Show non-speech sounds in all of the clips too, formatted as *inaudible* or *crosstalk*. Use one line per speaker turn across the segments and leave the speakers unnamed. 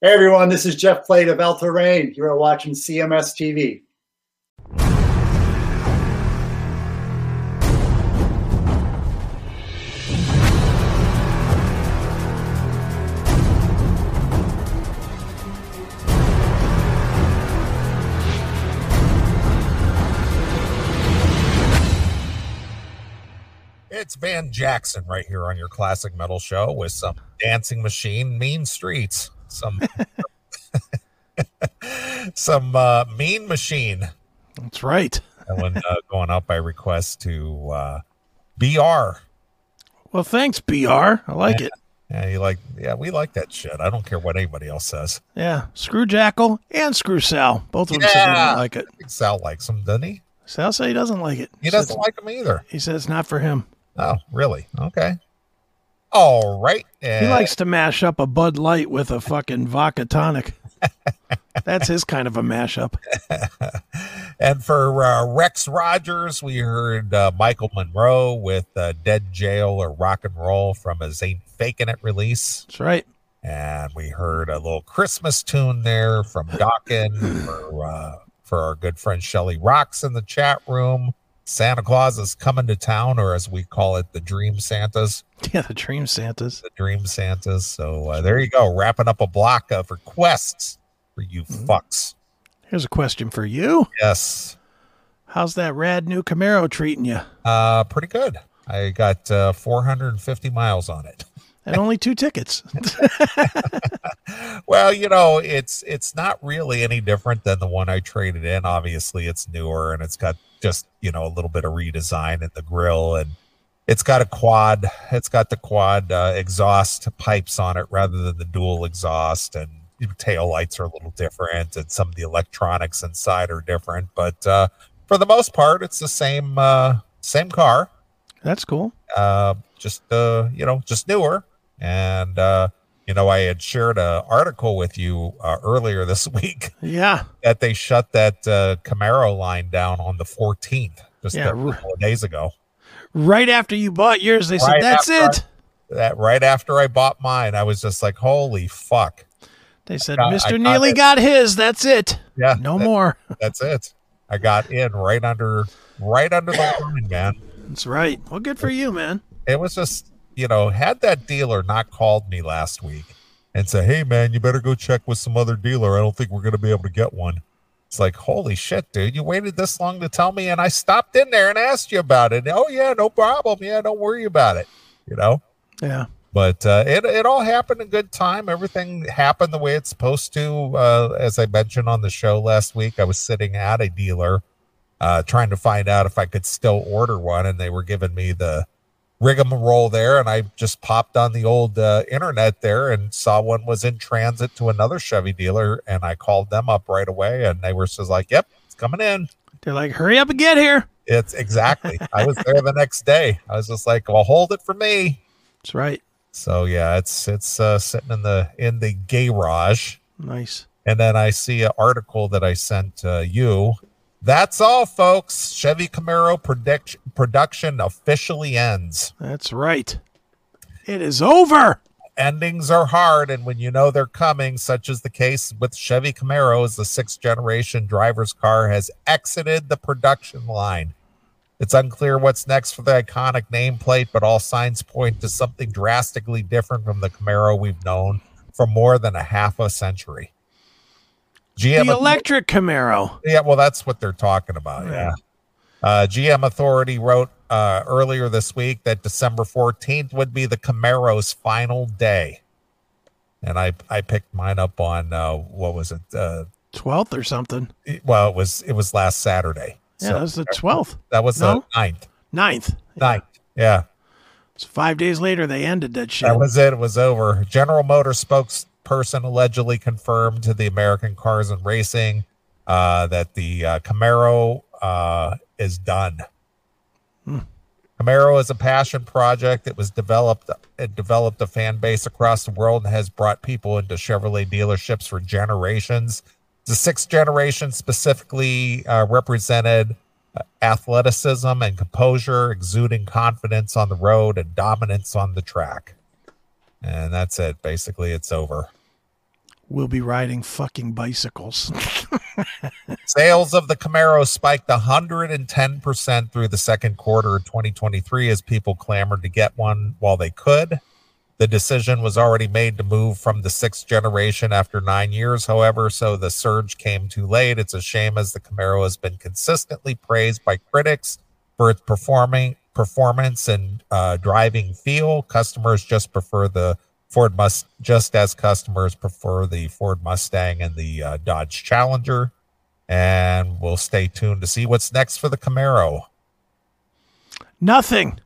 Hey everyone, this is Jeff Plate of El Terrain. You are watching CMS TV.
It's Van Jackson right here on your classic metal show with some dancing machine, mean streets, some *laughs* some uh, mean machine.
That's right.
That one uh, going out by request to uh, BR.
Well, thanks, BR. I like it.
Yeah, you like? Yeah, we like that shit. I don't care what anybody else says.
Yeah. Screw Jackal and Screw Sal. Both of them said they
Yeah.
don't like it.
I think Sal likes him, doesn't he?
Sal said he doesn't like it.
He
said,
doesn't like him either.
he said it's not for him.
Oh, really? Okay. All right.
He
and-
likes to mash up a Bud Light with a fucking vodka tonic.
*laughs*
That's his kind of a mashup.
*laughs* And for uh, Rex Rogers, we heard uh, Michael Monroe with uh, Dead Jail or Rock and Roll from his Ain't Faking It release.
That's right. *laughs*
And we heard a little Christmas tune there from Dawkin for, uh, for our good friend Shelly Rocks in the chat room. Santa Claus is coming to town, or as we call it, the Dream Santas.
Yeah, the Dream Santas.
The Dream Santas. So uh, there you go, wrapping up a block of requests for you fucks.
Here's a question for you.
Yes.
How's that rad new Camaro treating you?
Uh, pretty good. I got uh, 450 miles on it. *laughs*
And only two tickets. *laughs*
Well, you know, it's it's not really any different than the one I traded in. Obviously, it's newer and it's got just you know a little bit of redesign in the grill, and it's got a quad. It's got the quad uh, exhaust pipes on it rather than the dual exhaust, and tail lights are a little different, and some of the electronics inside are different. But uh, for the most part, it's the same uh, same car.
That's cool.
uh, just uh, you know, just newer. And uh, you know, I had shared an article with you uh, earlier this *laughs* week
Yeah.
that they shut that uh, Camaro line down on the 14th, just
Yeah,
a
r-
couple of days ago.
Right after you bought yours, they said,
Right
that's
after
it.
That right after I bought mine, I was just like, "Holy fuck!"
They said,
got- I
Mr.
got
Neely
it.
got his. That's it.
Yeah,
No
that-
more.
That's it. I got in right under, right under the line, man.
That's right. Well, good for you, man.
it was just you know had that dealer not called me last week and said hey man you better go check with some other dealer i don't think we're going to be able to get one it's like holy shit dude you waited this long to tell me and i stopped in there and asked you about it oh yeah no problem yeah don't worry about it you know
Yeah.
but uh, it, it all happened in good time everything happened the way it's supposed to uh, as i mentioned on the show last week i was sitting at a dealer uh, trying to find out if i could still order one and they were giving me the rigmarole there and i just popped on the old uh, internet there and saw one was in transit to another chevy dealer and i called them up right away and they were just like yep it's coming in
They're like, hurry up and get here.
it's exactly i was there the next day i was just like well hold it for me
That's right.
so yeah, it's it's uh, sitting in the in the garage,
Nice.
and then I see an article that I sent uh, you. That's all, folks. Chevy Camaro production production officially ends.
That's right. It is over.
Endings are hard, and when you know they're coming, such is the case with Chevy Camaro, as the sixth generation driver's car has exited the production line. It's unclear what's next for the iconic nameplate, but all signs point to something drastically different from the Camaro we've known for more than a half a century. GM
the electric Camaro.
yeah, well, that's what they're talking about. Yeah. Uh, GM Authority wrote uh, earlier this week that December 14th would be the Camaro's final day. And I, I picked mine up on, uh, what was it? Uh,
12th or something.
it- well, it was, it was last Saturday.
Yeah,
So
that was the 12th.
that was
no?
the ninth,
9th.
ninth. Yeah.
So five days later, they ended that shit.
That was it. It was over. General Motors spokesperson allegedly confirmed to the American Cars and Racing uh, that the uh, Camaro uh, is done. Camaro is a passion project. It was developed. It developed a fan base across the world and has brought people into Chevrolet dealerships for generations. The sixth generation specifically uh, represented uh, athleticism and composure, exuding confidence on the road and dominance on the track. And that's it. Basically, it's over.
We'll be riding fucking bicycles. *laughs*
Sales of the Camaro spiked 110% through the second quarter of 2023 as people clamored to get one while they could. The decision was already made to move from the sixth generation after nine years, however, so the surge came too late. It's a shame as the Camaro has been consistently praised by critics for its performing performance and uh, driving feel. Customers just prefer the Ford Must, just as customers prefer the Ford Mustang and the uh, Dodge Challenger. And we'll stay tuned to see what's next for the Camaro.
Nothing.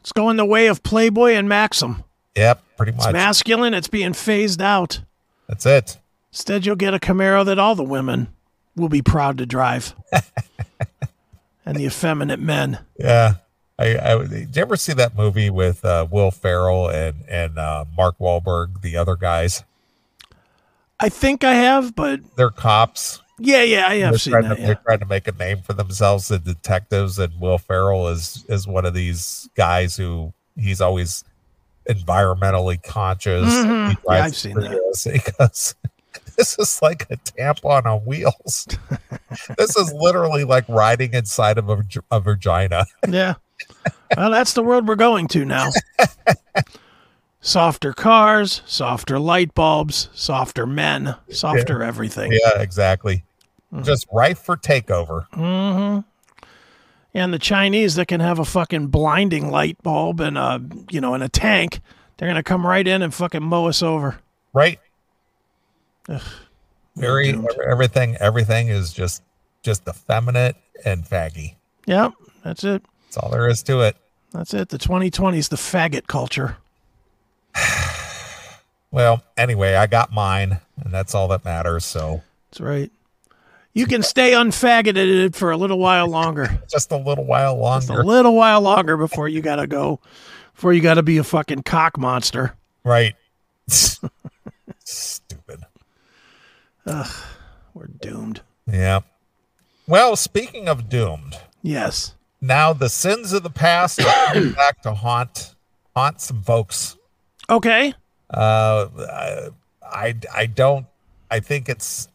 It's going the way of Playboy and Maxim.
Yep, pretty
It's
much.
masculine. It's being phased out.
That's it.
Instead, you'll get a Camaro that all the women will be proud to drive,
*laughs*
and the effeminate men.
Yeah. I, I would- did you ever see that movie with uh, Will Ferrell and and uh, Mark Wahlberg, the other guys?
I think I have, but
They're cops.
yeah, yeah, I have seen
trying
that.
to,
yeah.
they're trying to make a name for themselves as detectives, and Will Ferrell is is one of these guys who he's always environmentally conscious. He
Mhm. Yeah,
drives
I've seen
the Prius. He goes, *laughs* "This is like a tampon on
*laughs*
wheels. this is literally like riding inside of a, vag- a vagina."
Yeah. Well, that's the world we're going
*laughs*
to now. softer cars, softer light bulbs, softer men, softer everything.
Yeah, exactly.
Mm.
Just ripe for takeover.
Mm-hmm. And the Chinese that can have a fucking blinding light bulb and a you know and a tank, they're gonna come right in and fucking mow us over.
right? Very
doomed.
ev- everything everything is just just effeminate and faggy.
Yep, that's it.
That's all there is to it.
That's it. The 2020 is the faggot culture.
Well, anyway, I got mine, and that's all that matters. So
That's right. You can stay unfaggoted for a little while longer.
just a little while
It's
longer,
a little while longer before you gotta go, before you gotta be a fucking cock monster.
right? Stupid.
We're doomed.
Yeah. Well, speaking of doomed,
Yes.
now the sins of the past are coming back to haunt haunt some folks.
Okay.
Uh, I I don't. I think it's.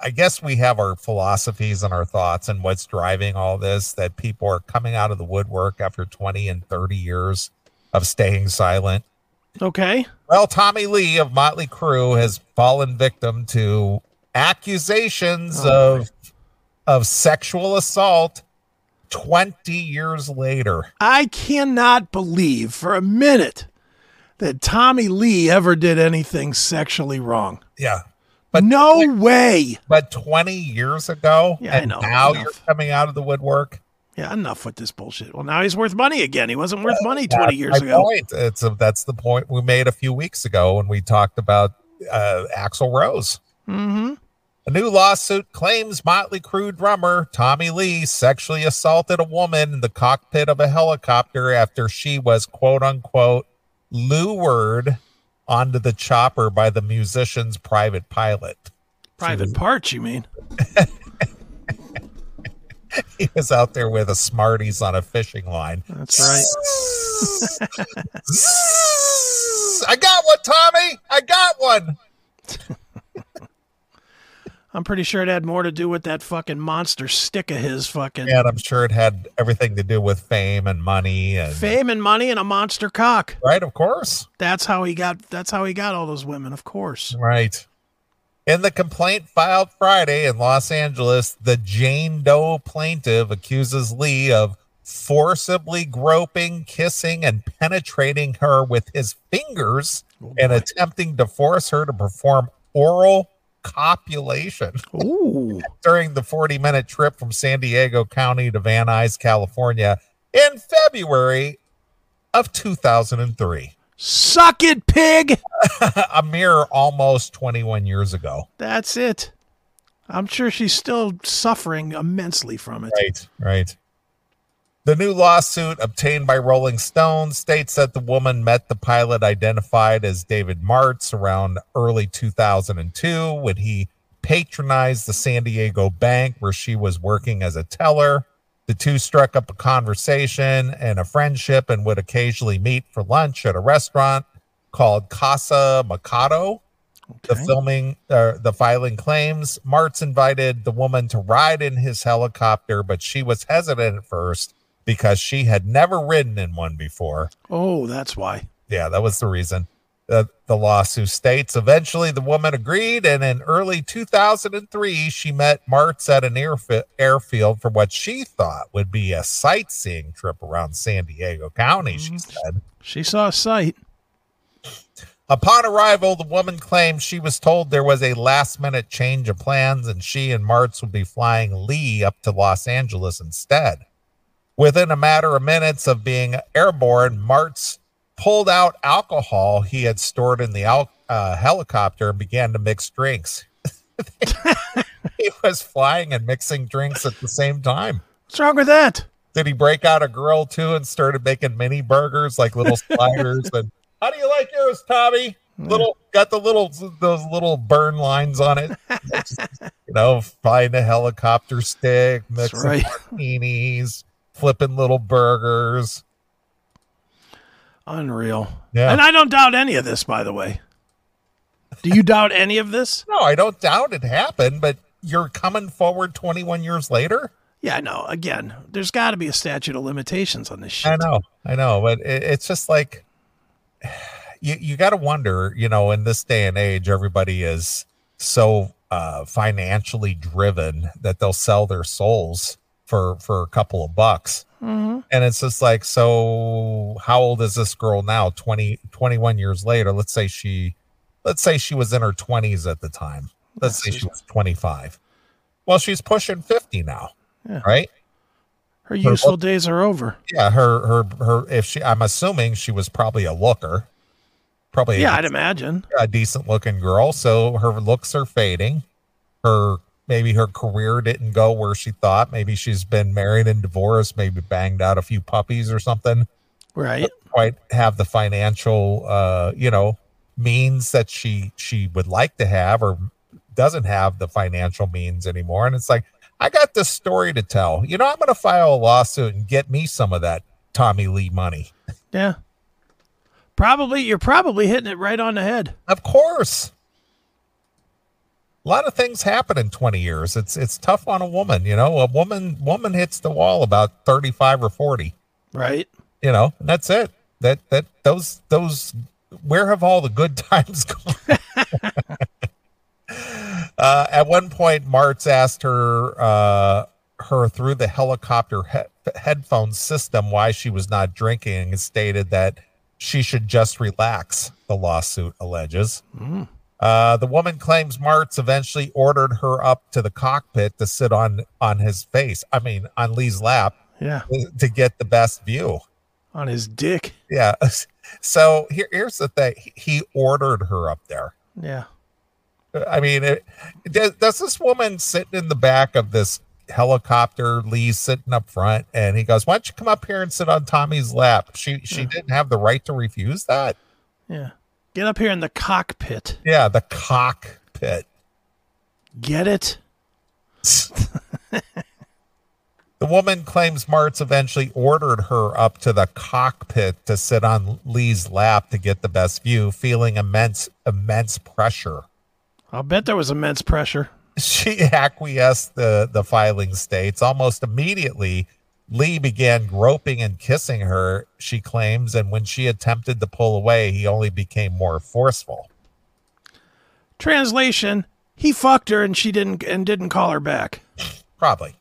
I guess we have our philosophies and our thoughts and what's driving all this. That people are coming out of the woodwork after twenty and thirty years of staying silent.
Okay.
Well, Tommy Lee of Motley Crue has fallen victim to accusations
Oh,
of of sexual assault twenty years later.
I cannot believe for a minute that Tommy Lee ever did anything sexually wrong.
Yeah,
But no way.
but twenty years ago,
Yeah, I
and
know.
now you're
Enough.
coming out of the woodwork.
Yeah, enough with this bullshit. Well, now he's worth money again. He wasn't worth money 20
That's
years
my
ago.
Point. It's a, that's the point we made a few weeks ago when we talked about uh, Axl Rose.
Mm-hmm.
A new lawsuit claims Motley Crue drummer Tommy Lee sexually assaulted a woman in the cockpit of a helicopter after she was quote unquote lured onto the chopper by the musician's private pilot. *laughs*
Private parts, you mean?
He was out there with a Smarties on a fishing line.
That's right.
*laughs* I got one, Tommy. I got one.
I'm pretty sure it had more to do with that fucking monster stick of his fucking
and I'm sure it had everything to do with fame and money and
fame and money and a monster cock.
right, of course,
That's how he got that's how he got all those women, of course.
right. In the complaint filed Friday in Los Angeles, the Jane Doe plaintiff accuses Lee of forcibly groping, kissing, and penetrating her with his fingers and attempting to force her to perform oral copulation.
Ooh.
during the 40 minute trip from San Diego County to Van Nuys, California in February of 2003,
Suck it, pig.
*laughs* a mere almost 21 years ago.
That's it. I'm sure she's still suffering immensely from it.
Right, right. The new lawsuit obtained by Rolling Stone states that the woman met the pilot identified as David Martz around early 2002 when he patronized the San Diego bank where she was working as a teller. The two struck up a conversation and a friendship and would occasionally meet for lunch at a restaurant called Casa Mikado The filming, uh, the filing claims. Martz invited the woman to ride in his helicopter, but she was hesitant at first because she had never ridden in one before.
Oh, that's why.
Yeah, that was the reason. Uh, the lawsuit states eventually the woman agreed, and in early 2003, she met Martz at an airfi- airfield for what she thought would be a sightseeing trip around San Diego County, she said.
She saw a sight.
Upon arrival, the woman claimed she was told there was a last minute change of plans and she and Martz would be flying Lee up to Los Angeles instead. Within a matter of minutes of being airborne, Martz pulled out alcohol he had stored in the al- uh, helicopter and began to mix drinks. *laughs* he was flying and mixing drinks at the same time.
What's wrong with that?
Did he break out a grill too and started making mini burgers like
*laughs*
little sliders? and how do you like yours, Tommy? Little got the little those little burn lines on
*laughs*
it. you know, find a helicopter stick,
That's
mixing
right.
martinis, flipping little burgers.
Unreal.
Yeah.
And I don't doubt any of this, by the way. Do you doubt any of this?
No, I don't doubt it happened, but you're coming forward 21 years later.
Yeah, I know. Again, there's got to be a statute of limitations on this shit.
I know, I know, but it, it's just like *sighs* you you got to wonder, you know, in this day and age, everybody is so uh, financially driven that they'll sell their souls for for a couple of bucks.
Mhm.
And it's just like, so how old is this girl now? 20, 21 years later. Let's say she, let's say she was in her twenties at the time. Let's say she was 25. Well, she's pushing 50 now,
Yeah.
right?
Her useful days are over.
Yeah. Her, her, her, if she, I'm assuming she was probably a looker, probably
Yeah,
yeah,
I'd imagine.
a decent looking girl. So her looks are fading. Her, maybe her career didn't go where she thought. Maybe she's been married and divorced, maybe banged out a few puppies or something.
Right.
quite have the financial uh you know means that she she would like to have or doesn't have the financial means anymore and it's like i got this story to tell you know i'm gonna file a lawsuit and get me some of that tommy lee money
Yeah. Probably, you're probably hitting it right on the head.
of course a lot of things happen in 20 years it's it's tough on a woman you know a woman woman hits the wall about 35 or 40
Right.
you know and that's it that that those those where have all the good *laughs* times gone uh, at one point martz asked her uh, her through the helicopter he- headphone system why she was not drinking and stated that she should just relax the lawsuit alleges
Mm.
uh, the woman claims Martz eventually ordered her up to the cockpit to sit on on his face. I mean, on Lee's lap
Yeah.
to get the best view.
On his dick.
Yeah. *laughs* So here, here's the thing. He- He ordered her up there. Uh,
Yeah.
I mean, it, does, does this woman sitting in the back of this helicopter? Lee's sitting up front, and he goes, "Why don't you come up here and sit on Tommy's lap?" She she didn't have the right to refuse that.
Yeah. Get up here in the cockpit.
Yeah, the cockpit.
Get it?
The woman claims Martz eventually ordered her up to the cockpit to sit on Lee's lap to get the best view, feeling immense immense pressure.
I'll bet there was immense pressure.
she *laughs* acquiesced the the filing states almost immediately lee began groping and kissing her she claims and when she attempted to pull away he only became more forceful
Translation: He fucked her and she didn't and didn't call her back.
probably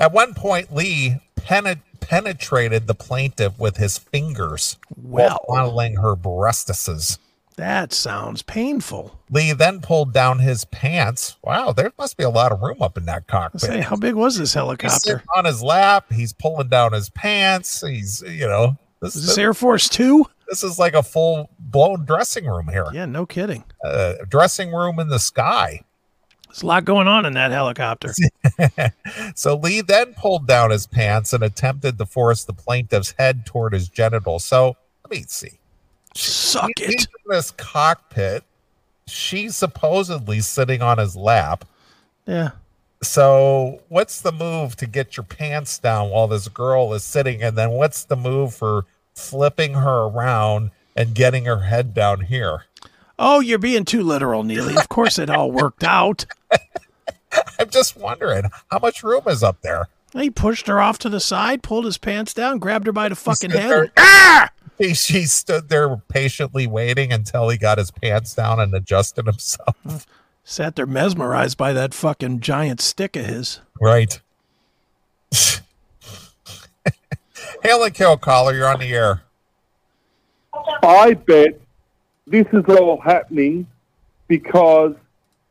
at one point lee penet- penetrated the plaintiff with his fingers
Well,
while fondling her breastises
that sounds painful.
lee then pulled down his pants wow there must be a lot of room up in that cockpit
Say, how big was this
He's
helicopter?
sitting on his lap. He's pulling down his pants. He's, you know, this,
Is this Air Force Two?
this is like a full blown dressing room here.
Yeah, no kidding.
Uh, dressing room in the sky.
There's a lot going on in that *laughs* helicopter.
so Lee then pulled down his pants and attempted to force the plaintiff's head toward his genitals. So let me see.
Suck
He's
it.
in this cockpit. She's supposedly sitting on his lap.
Yeah.
So, what's the move to get your pants down while this girl is sitting? And then, what's the move for flipping her around and getting her head down here? *laughs*
Oh, you're being too literal, Neely. Of course, it all worked out.
I'm just wondering how much room is up there.
He pushed her off to the side, pulled his pants down, grabbed her by the fucking
stood
head.
there.
and- ah!
He, she stood there patiently waiting until he got his pants down and adjusted himself.
Sat there mesmerized by that fucking giant stick of his.
Right. *laughs* Hail and kill caller, you're on the air.
I bet this is all happening because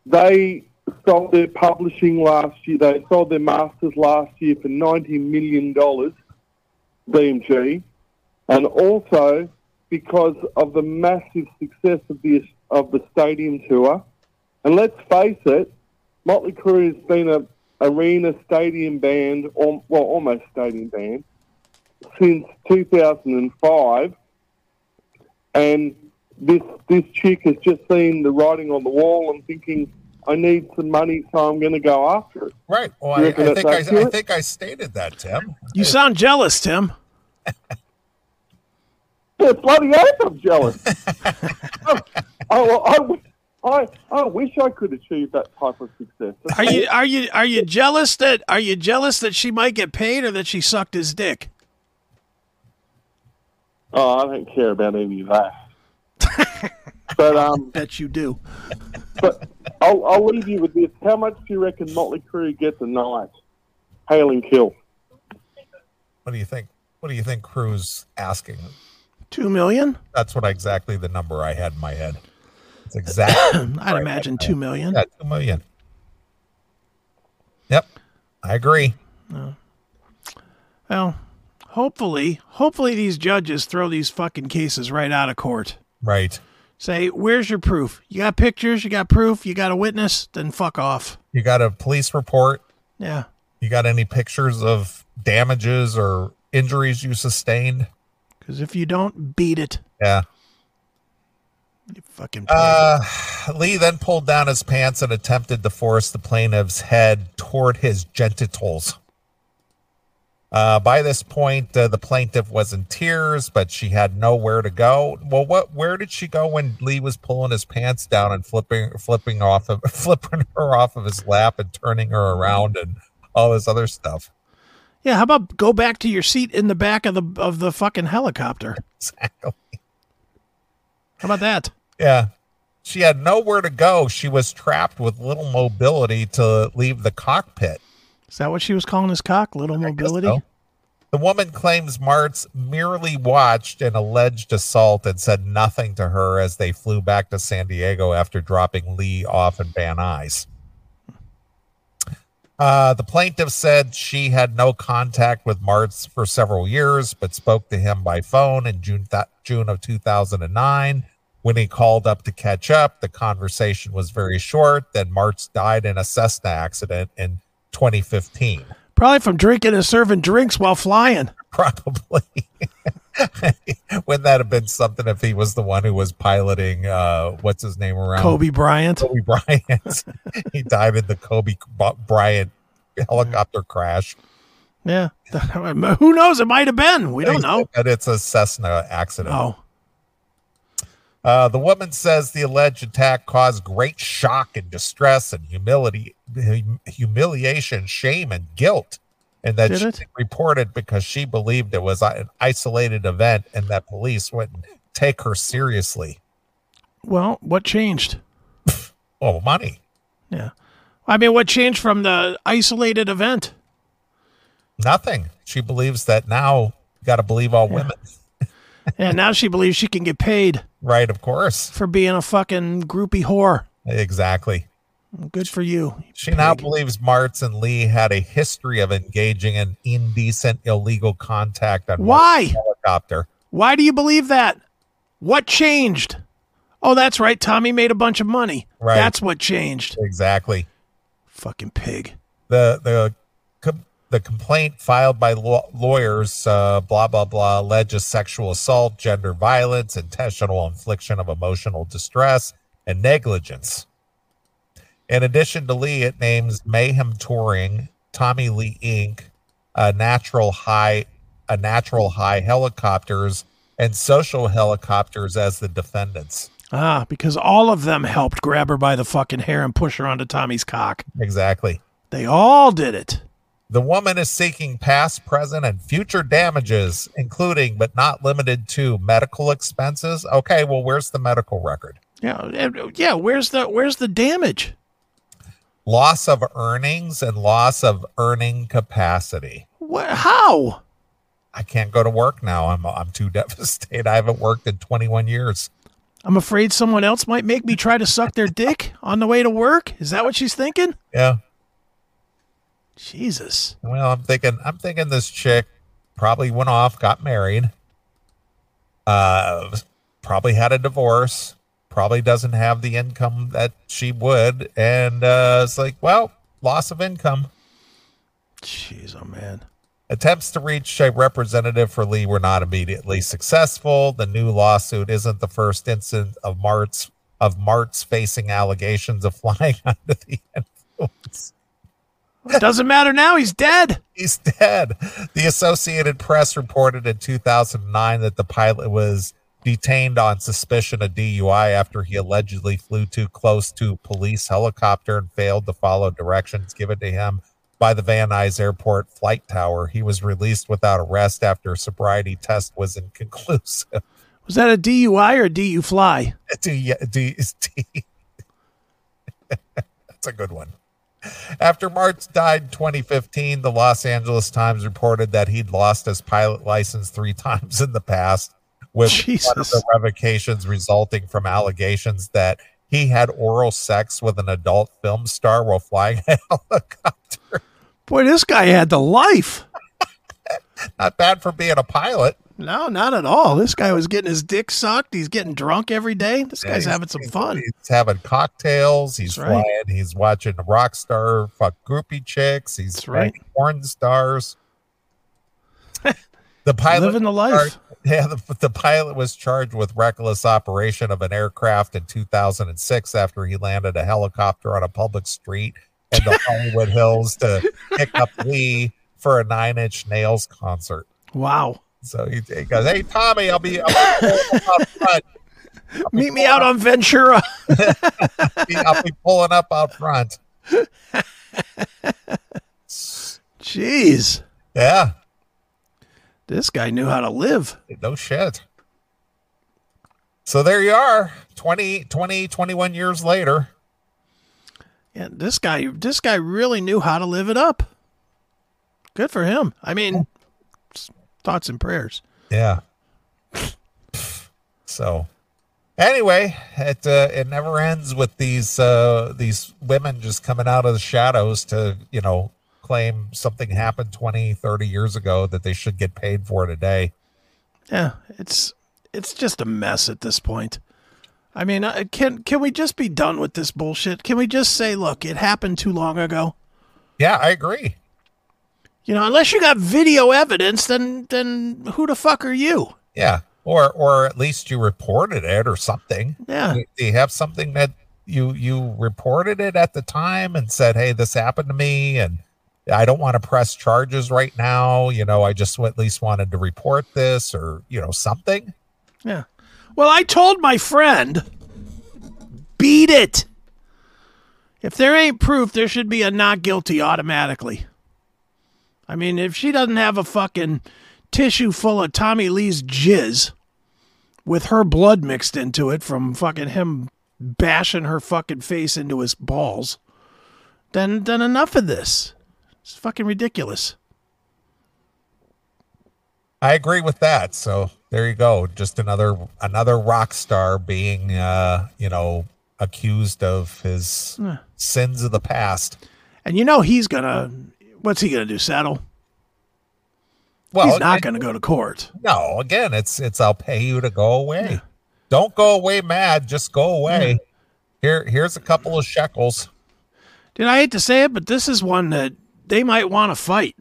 they sold their publishing last year. They sold their masters last year for ninety million dollars, BMG, and also because of the massive success of the of the stadium tour. And let's face it, Motley Crue has been a arena stadium band, or well, almost stadium band, since two thousand and five and this this chick has just seen the writing on the wall and thinking, I need some money, so I'm going to go after it.
Right. Well, I,
You reckon
I
that's
think I, I
accurate?
think I stated that, Tim.
You sound jealous, Tim.
Yeah, bloody oath,
*laughs*
I'm jealous. I, I, I, I, I wish I could achieve that type of success.
Are you are you are you jealous that are you jealous that she might get paid or that she sucked his dick?
Oh, I don't care about any of that. but um,
Bet you do.
but I'll, I'll leave you with this. How much do you reckon Motley Crue gets a night? Hail and kill.
What do you think? What do you think Crew's asking?
Two million?
That's what exactly the number I had in my head. It's exactly
*coughs* I'd imagine two million.
yeah, two million. Yep. I agree.
Well, hopefully, hopefully these judges throw these fucking cases right out of court.
Right.
Say, where's your proof? You got pictures, you got proof, you got a witness, then fuck off.
You got a police report.
Yeah.
You got any pictures of damages or injuries you sustained?
Because if you don't beat it,
Yeah.
you fucking.
Uh, Lee then pulled down his pants and attempted to force the plaintiff's head toward his genitals. Uh, by this point, uh, the plaintiff was in tears, but she had nowhere to go. Well, what? Where did she go when Lee was pulling his pants down and flipping, flipping off of, *laughs* flipping her off of his lap and turning her around and all this other stuff? *laughs*
yeah, how about go back to your seat in the back of the of the fucking helicopter?
Exactly.
How about that?
Yeah. She had nowhere to go. She was trapped with little mobility to leave the cockpit.
Is that what she was calling his cock? Little mobility?
so. The woman claims Martz merely watched an alleged assault and said nothing to her as they flew back to San Diego after dropping Lee off in Van Nuys. Uh, the plaintiff said she had no contact with Martz for several years, but spoke to him by phone in June th- June of 2009. When he called up to catch up, the conversation was very short. Then Martz died in a Cessna accident in 2015
Probably from drinking and serving drinks while flying.
probably. *laughs* Wouldn't that have been something if he was the one who was piloting uh what's his name around
Kobe Bryant.
Kobe
*laughs*
Bryant. he died in the Kobe B- Bryant helicopter crash.
Yeah. *laughs* Who knows? It might have been. We don't know.
But it's a Cessna accident.
Oh,
Uh, the woman says the alleged attack caused great shock and distress and humility, hum- humiliation, shame, and guilt, and that
Did
she
it?
reported because she believed it was an isolated event and that police wouldn't take her seriously.
well, what changed?
Oh, money.
Yeah. I mean, what changed from the isolated event?
Nothing. She believes that now you got to believe all women.
And now she believes she can get paid
Right, of course.
for being a fucking groupie whore.
Exactly.
Good for you.
She now
pig.
believes Martz and Lee had a history of engaging in indecent, illegal contact on
Why?
one helicopter.
Why do you believe that? What changed? Oh, that's right. Tommy made a bunch of money.
Right.
That's what changed.
Exactly.
Fucking pig.
The the com- the complaint filed by law- lawyers, uh, blah blah blah, alleges sexual assault, gender violence, intentional infliction of emotional distress, and negligence. In addition to Lee, it names Mayhem Touring, Tommy Lee Inc., a natural high, a natural high helicopters, and social helicopters as the defendants.
Ah, because all of them helped grab her by the fucking hair and push her onto Tommy's cock.
Exactly.
They all did it.
The woman is seeking past, present, and future damages, including but not limited to medical expenses. Okay, well, where's the medical record?
Yeah, uh, yeah. Where's the where's the damage?
Loss of earnings and loss of earning capacity.
What? How?
I can't go to work now. I'm I'm too *laughs* devastated. I haven't worked in 21 years.
I'm afraid someone else might make me try to suck their dick on the way to work. Is that what she's thinking?
Yeah.
Jesus.
Well, I'm thinking I'm thinking this chick probably went off, got married. Uh probably had a divorce, probably doesn't have the income that she would and uh it's like, well, loss of income.
Jeez, oh man.
Attempts to reach a representative for Lee were not immediately successful. The new lawsuit isn't the first instance of Mart's of Mart's facing allegations of *laughs* flying under the influence.
Doesn't matter now. He's dead.
He's dead. The Associated Press reported in 2009 that the pilot was detained on suspicion of DUI after he allegedly flew too close to police helicopter and failed to follow directions given to him by the Van Nuys Airport flight tower. He was released without arrest after a sobriety test was inconclusive.
Was that a DUI or do you fly?
*laughs* do you, do you- do- That's a good one. After Martz died in 2015, the Los Angeles Times reported that he'd lost his pilot license three *laughs* times in the past, with one of
Jesus.
the revocations resulting from allegations that he had oral sex with an adult film star while flying *laughs* a helicopter.
Boy, this guy had the life.
Not bad for being a pilot.
No, not at all. This guy was getting his dick sucked. He's getting drunk every day. This guy's
Yeah,
having some fun.
He's having cocktails. He's
That's right.
flying. He's watching rock star fuck groupie chicks. He's
That's
right.
right.
porn
*laughs*
stars. the pilot
Living the
was
life.
charged- yeah, the, the pilot was charged with reckless operation of an aircraft in 2006 after he landed a helicopter on a public street in
*laughs*
the Hollywood Hills to pick up Lee for a Nine Inch Nails concert.
Wow.
So he, he goes, "Hey Tommy, I'll be." I'll be out front.
Meet me out on Ventura.
be- I'll be pulling up out front.
Jeez.
Yeah,
This guy knew how to live.
no shit. So there you are, 20, 20, 21 years later.
And this guy this guy really knew how to live it up. Good for him. I mean, thoughts and prayers.
Yeah. *laughs* So anyway, it uh, it never ends with these uh, these women just coming out of the shadows to, you know, claim something happened 20, 30 years ago that they should get paid for today.
Yeah, it's it's just a mess at this point. I mean, I- can can we just be done with this bullshit? Can we just say, look, it happened too long ago?
Yeah, I agree.
You know, unless you got video evidence, then then who the fuck are you?
Yeah. Or or at least you reported it or something.
Yeah,
Do you have something that you you reported it at the time and said, "Hey, this happened to me, and I don't want to press charges right now. You know, I just at least wanted to report this, or you know, something."
yeah. Well, I told my friend, beat it. If there ain't proof, there should be a not guilty automatically. I mean, if she doesn't have a fucking tissue full of Tommy Lee's jizz with her blood mixed into it from fucking him bashing her fucking face into his balls, then then enough of this. It's fucking ridiculous.
I agree with that. So there you go. Just another another rock star being, uh, you know, accused of his sins of the past.
And you know he's gonna. What's he gonna do? Settle?
Well,
he's not
it-
gonna go to court.
no. Again, it's it's I'll pay you to go away. Don't go away mad. Just go away. Here, here's a couple of shekels.
Dude, I hate to say it, but this is one that they might want to fight.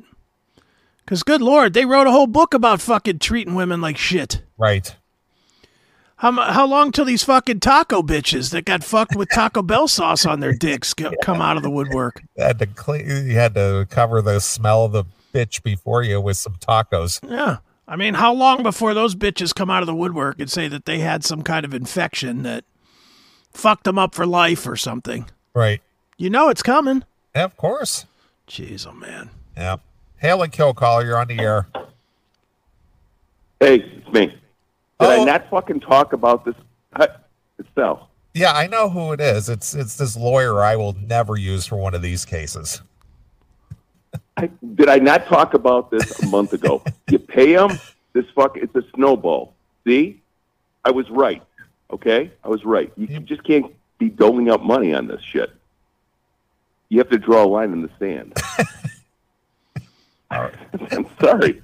Cause good lord, they wrote a whole book about fucking treating women like shit.
Right.
How mu- how long till these fucking taco bitches that got fucked with Taco Bell sauce on their dicks go, come out of the woodwork?
You had to clean, you had to cover the smell of the bitch before you with some tacos.
Yeah. I mean, how long before those bitches come out of the woodwork and say that they had some kind of infection that fucked them up for life or something.
Right.
You know it's coming.
Yeah, of course.
Jeez, oh man.
Yeah. Hail and kill caller, you're on the air.
Hey, it's me. Did
Oh.
I not fucking talk about this hut itself?
Yeah, I know who it is. It's it's this lawyer I will never use for one of these cases.
I, did I not talk about this a
*laughs*
month ago? you pay them, this fuck, it's a snowball. See? I was right. Okay? I was right. You
Yep.
just can't be doling up money on this shit. You have to draw a line in the sand.
*laughs*
*laughs* I'm sorry.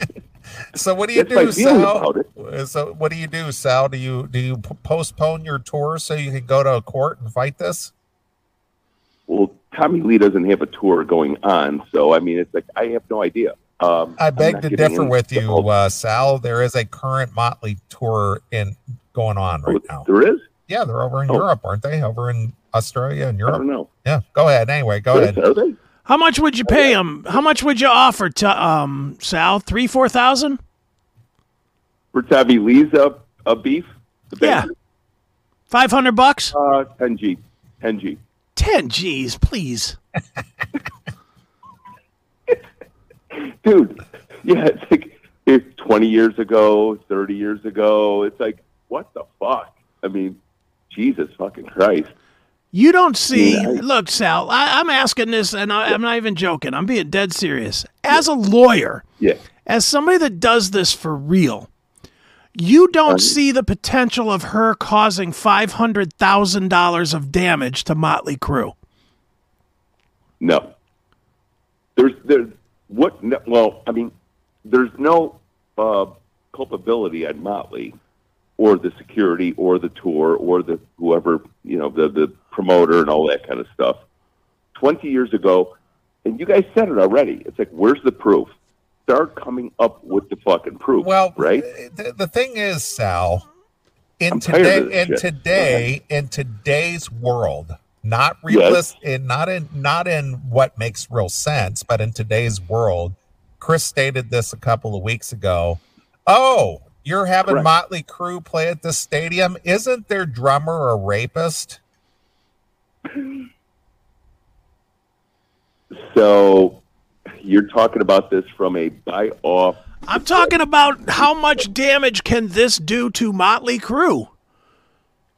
So what do you
That's my
do,
feeling
Sal?
about it.
Uh, So what do you do, Sal? Do you do you p- postpone your tour so you can go to a court and fight this?
Well, Tommy Lee doesn't have a tour going on, so I mean, it's like I have no idea. Um,
I
I'm
beg
not
to
getting
differ
in-
with you,
Oh,
uh, Sal. There is a current Motley tour in going on right now.
Oh, There is?
Yeah, they're over in
Oh.
Europe, aren't they? Over in Australia and
I don't
Europe.
know.
Yeah, go ahead. Anyway, go ahead.
Are they?
How much would you pay him? How much would you offer to um Sal? Three, four thousand?
For Tommy Lee's a, a beef? The
Yeah.
bacon?
Five hundred bucks?
Uh, 10G. 10G.
Ten G's, please.
Dude, yeah, it's like it's 20 years ago, 30 years ago. It's like, what the fuck? I mean, Jesus fucking Christ.
You don't see.
Yeah, I-
look, Sal, I, I'm asking this, and I, I'm not even joking. I'm being dead serious. As a lawyer,
Yeah.
as somebody that does this for real, you
Um,
don't see the potential of her causing five hundred thousand dollars of damage to Motley Crue.
No. There's, there's, what, no, well, I mean, there's no uh, culpability on Motley or the security or the tour or the whoever, you know, the, the promoter and all that kind of stuff. 20 years ago, and you guys said it already. It's like, where's the proof? Start coming up with the fucking proof.
Well,
right?
The, the thing is, Sal, in
I'm tired
today,
of this
in
shit.
today, in today's world, not
Yes.
realist, and not in not in what makes real sense, but in today's world, Chris stated this a couple of weeks ago. Oh, you're having
Correct.
Motley Crue play at this stadium? Isn't their drummer a rapist?
So you're talking about this from a buy off.
I'm talking about how much damage can this do to Motley Crue,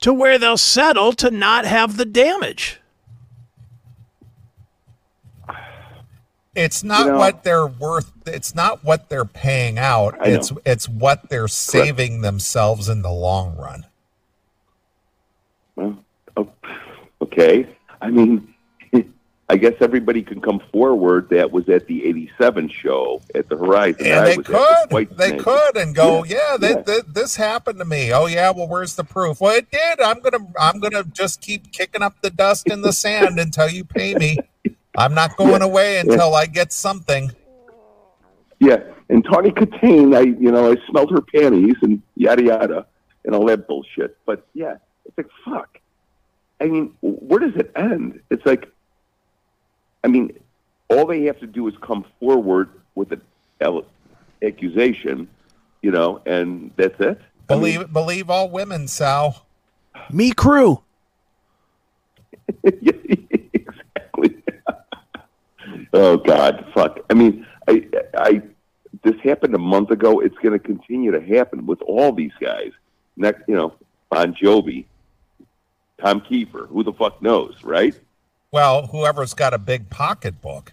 to where they'll settle to not have the damage.
It's not
You know-
what they're worth. It's not what they're paying out.
I know.
It's it's what they're saving themselves in the long run.
Well, oh, okay. I mean, *laughs* I guess everybody can come forward that was at the 87 show at the Horizon. that I
and they
was at with
could
White
they
Snake.
could and go yeah,
yeah.
th- th- this happened to me oh yeah well where's the proof well it did i'm gonna i'm gonna just keep kicking up the dust in the sand until you pay me i'm not going away until i get something
Yeah. And Tawny Katane, I, you know, I smelled her panties and yada yada and all that bullshit. But yeah, it's like, fuck. I mean, where does it end? It's like, I mean, all they have to do is come forward with an al- accusation, you know, and that's it. I mean,
believe believe all women sal
Me Crew.
Yeah, *laughs* exactly. oh God, fuck. I mean, I, I, this happened a month ago. It's going to continue to happen with all these guys. Next, you know, Bon Jovi, Tom Kiefer. Who the fuck knows, right?
well whoever's got a big pocketbook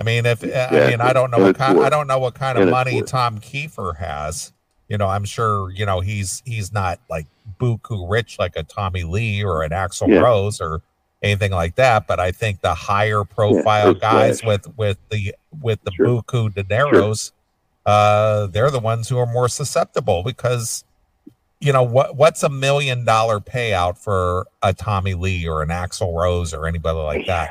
i mean if i mean i
Exactly.
don't know
And
what
it's
kind
worth-
i don't know what kind of
and it's
money
worth-
tom kiefer has you know i'm sure you know he's he's not like buku rich like a tommy lee or an axel
Yeah.
rose or anything like that but i think the higher profile
those
guys
guys.
with with the with the
Sure.
buku dineros uh they're the ones who are more susceptible because you know what what's a million dollar payout for a tommy lee or an axel rose or anybody like that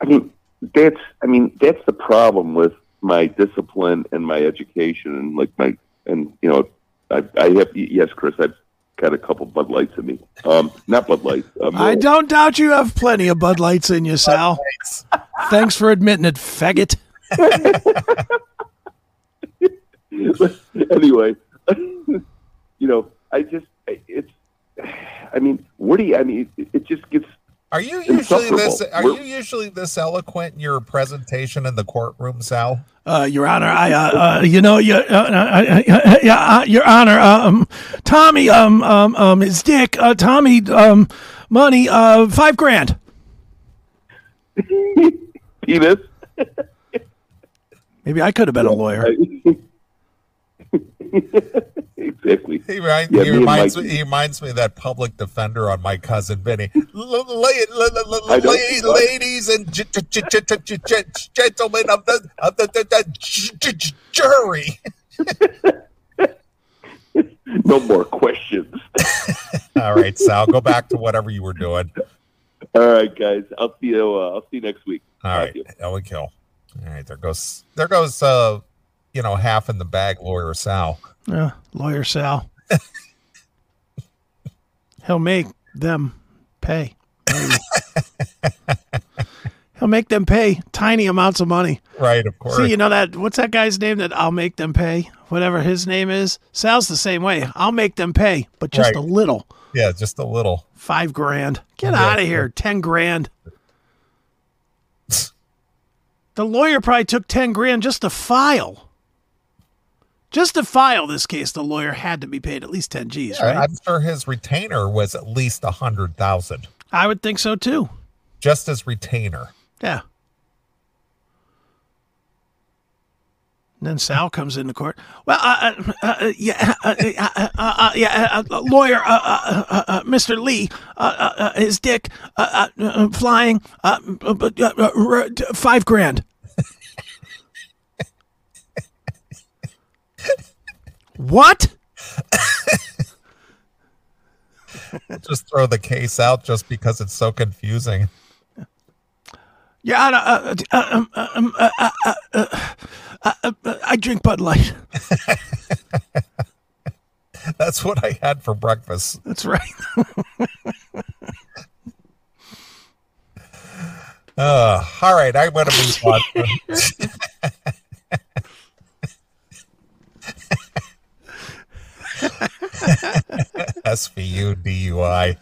I mean, that's I mean that's the problem with my discipline and my education and like my and you know I, I have yes, Chris, I've got a couple Bud Lights in me. Um, not Bud Lights. Um,
I don't doubt you have plenty of Bud Lights in you, Sal.
It's-
Thanks for admitting it, faggot.
*laughs* anyway, you know, I just I- it's. I mean, what do you? I mean, it, it just gets.
Are you usually this?
Insufferable.
Are
We're-
you usually this eloquent in your presentation in the courtroom, Sal?
Uh, Your Honor, I, uh, uh, you know, you, uh, uh, uh, uh, yeah, uh, Your Honor, um, Tommy, um, um, um, his dick, uh, Tommy, um, money, uh, five grand.
Penis.
Maybe I could have been a lawyer.
*laughs* exactly.
He, remind,
Yeah, me
he
and
reminds
Mike-
me. He reminds me of that public defender on my cousin
*laughs*
Vinny. L- la- la- la- la- la-
I don't-
la- Ladies and ge- ge- ge- ge- ge- ge- ge- gentlemen of the of the, the, the ju- ju- ju- jury. *laughs*
No more questions.
All right, Sal, go back to whatever you were doing.
All right, guys. I'll see you. Uh, I'll see you next week.
All right,
Thank you.
Ellen Kill. All right, there goes there goes uh, you know, half in the bag, lawyer Sal.
Yeah, Uh, lawyer Sal. He'll make them pay. Maybe. He'll make them pay tiny amounts of money.
Right, of course.
See, you know that what's that guy's name that I'll make them pay? Whatever his name is. Sal's the same way. I'll make them pay, but just
Right.
a little.
yeah, just a little.
Five grand. Get
Yeah.
out of here. Ten grand. the lawyer probably took ten grand just to file. Just to file this case, the lawyer had to be paid at least ten G's,
Yeah,
right?
I'm sure his retainer was at least a hundred thousand,
I, would think so too.
just as retainer.
Yeah. And then Sal comes into court. Well, uh, uh, uh, yeah, uh, uh, uh, uh, yeah, uh, uh, lawyer, uh, uh, uh, uh, Mr. Lee, uh, uh, uh, his dick uh, uh, uh, flying, uh, uh, but, uh, uh, r- d- five grand. what?
just throw the case out just because it's so confusing. *laughs*
Your Honor, uh, uh, um, uh, um, uh, uh, uh, uh, uh, uh, I drink Bud Light. *laughs*
That's what I had for breakfast.
That's right.
Uh, all right, I'm going to move on. *laughs* to- SVU DUI.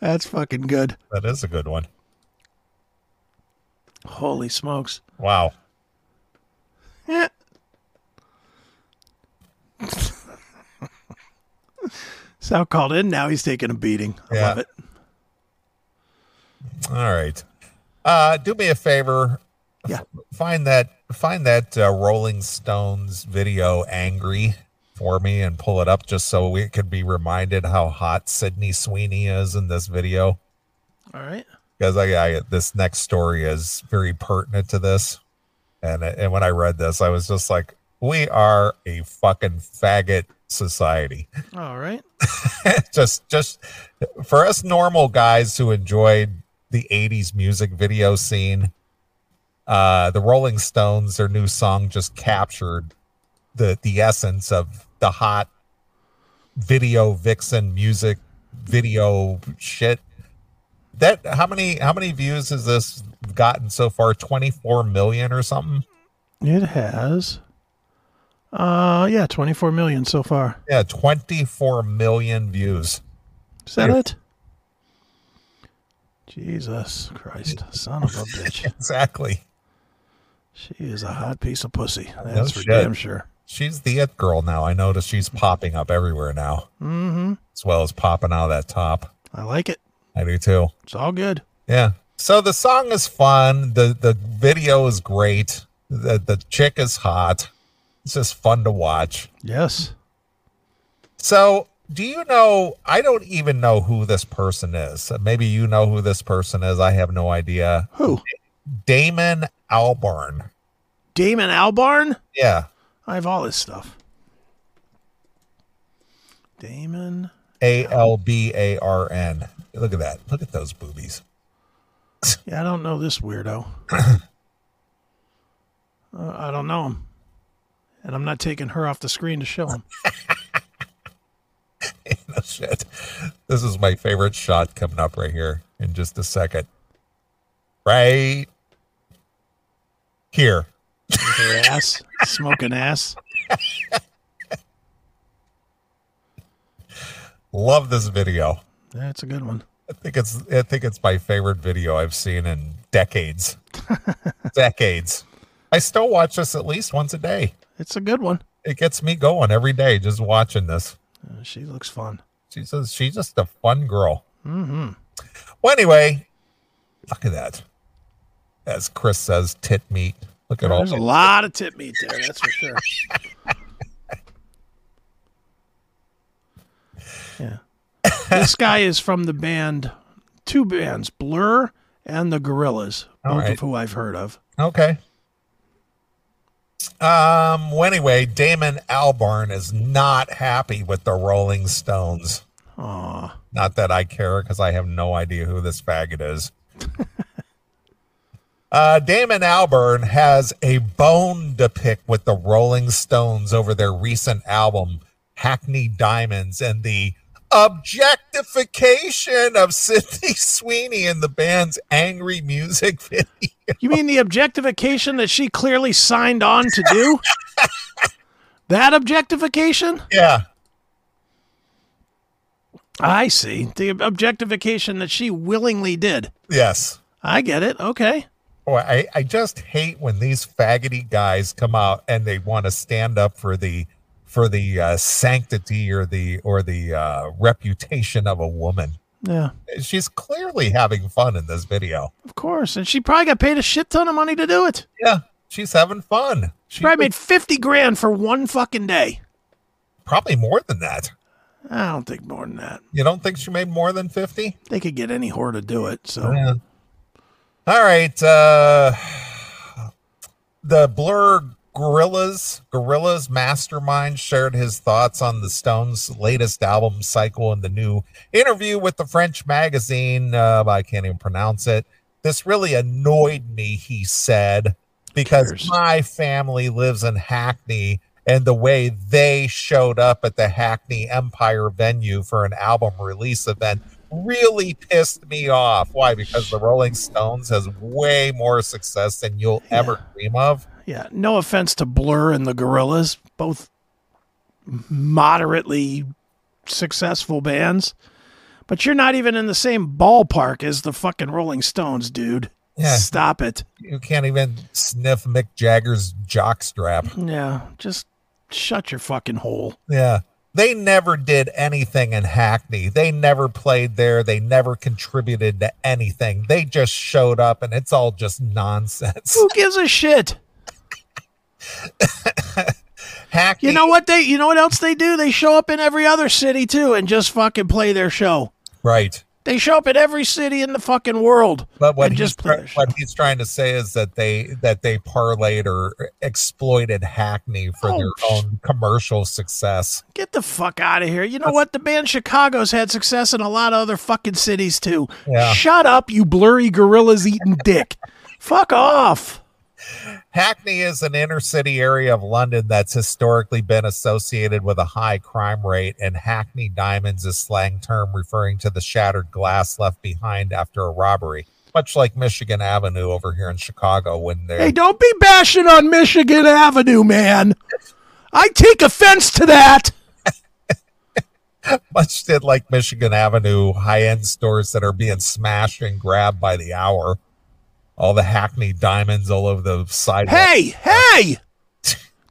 That's fucking good.
*laughs* That is a good one.
Holy *laughs* smokes.
Wow.
Eh. Sal called in. Now he's taking a beating. I
Yeah.
love it.
All right. Uh, do me a favor.
Yeah.
F- Find that find that uh, Rolling Stones video "Angry" for me and pull it up just so we could be reminded how hot Sydney Sweeney is in this video
All right.
because I, I this next story is very pertinent to this. And and when I read this, I was just like, we are a fucking faggot society
All right.
*laughs* just just for us normal guys who enjoyed the 80s music video scene uh the rolling stones their new song just captured the the essence of the hot video vixen music video shit that how many how many views has this gotten so far 24 million or something
It has. Uh, yeah, 24 million so far.
yeah 24 million views
Is that
Yeah.
it? Jesus Christ. Son of a
*laughs*
bitch.
exactly
She is a hot piece of pussy. That's for
shit.
damn sure.
She's the it girl now. I notice she's popping up everywhere now,
Mm-hmm.
as well as popping out of that top.
I like it.
I do too.
It's all good.
Yeah. So the song is fun. The the video is great. The the chick is hot. It's just fun to watch.
Yes.
So do you know? I don't even know who this person is. Maybe you know who this person is. I have no idea.
Who?
Damon Albarn.
Damon Albarn?
Yeah.
I have all this stuff. Damon.
A L B A R N. Look at that. Look at those boobies.
Yeah, I don't know this weirdo. Uh, I don't know him. And I'm not taking her off the screen to show him.
*laughs* no shit. This is my favorite shot coming up right here in just a second. Right here.
With her ass. Smoking ass.
Love this video.
That's a good one.
I think it's I think it's my favorite video I've seen in decades. decades. I still watch this at least once a day.
It's a good one.
It gets me going every day just watching this.
Uh, she looks fun.
She says she's just a fun girl.
Mm-hmm.
Well, anyway, look at that. As Chris says, tit meat. Look at all
There's a lot of tip meat there, that's for sure. yeah. This guy is from the band, two bands, Blur and the Gorillas,
All
both
right.
of who I've heard of.
Okay. Um. Well, anyway, Damon Albarn is not happy with the Rolling Stones.
Aw.
Not that I care, because I have no idea who this faggot is. *laughs* uh, Damon Albarn has a bone to pick with the Rolling Stones over their recent album Hackney Diamonds and the objectification of Sidney *laughs* Sweeney in the band's angry music *laughs* video.
You mean the objectification that she clearly signed on to do?
*laughs*
that objectification?
Yeah.
I see. The objectification that she willingly did.
Yes.
I get it. Okay.
Boy, I, I just hate when these faggoty guys come out and they want to stand up for the for the uh, sanctity or the or the uh, reputation of a woman.
Yeah.
She's clearly having fun in this video.
Of course. And she probably got paid a shit ton of money to do it.
Yeah, she's having fun. She
She probably made 50 grand for one fucking day.
probably more than that.
I don't think more than that.
You don't think she made more than fifty?
They could get any whore to do it. So
Yeah. All right. Uh, the Blur Gorillas Gorillas Mastermind shared his thoughts on the Stones' latest album cycle in the new interview with the French magazine. Uh, I can't even pronounce it. This really annoyed me, he said, because
Cares.
my family lives in Hackney and the way they showed up at the Hackney Empire venue for an album release event really pissed me off. Why? Because the Rolling Stones has way more success than you'll ever dream of.
yeah, no offense to Blur and the Gorillas, both moderately successful bands, but you're not even in the same ballpark as the fucking Rolling Stones, dude.
Yeah.
Stop it.
You can't even sniff Mick Jagger's jockstrap.
Yeah, just shut your fucking hole.
Yeah. They never did anything in Hackney. They never played there. They never contributed to anything. They just showed up and it's all just nonsense.
Who gives a shit?
Hackney
You know what they? You know what else they do? They show up in every other city too, and just fucking play their show.
Right.
They show up at every city in the fucking world.
But what he's,
and just
try-
play their show.
what he's trying to say is that they that they parlayed or exploited Hackney for
Oh,
their
sh-
own commercial success.
Get the fuck out of here. You know what? The band Chicago's had success in a lot of other fucking cities too.
Yeah.
Shut up, you blurry gorillas eating dick. *laughs* fuck off.
Hackney is an inner city area of London that's historically been associated with a high crime rate, and Hackney diamonds is slang term referring to the shattered glass left behind after a robbery, much like Michigan Avenue over here in Chicago when they
Hey, don't be bashing on Michigan Avenue, man. I take offense to that.
much did like Michigan Avenue high end stores that are being smashed and grabbed by the hour. All the Hackney diamonds all over the sidewalk.
Hey, hey!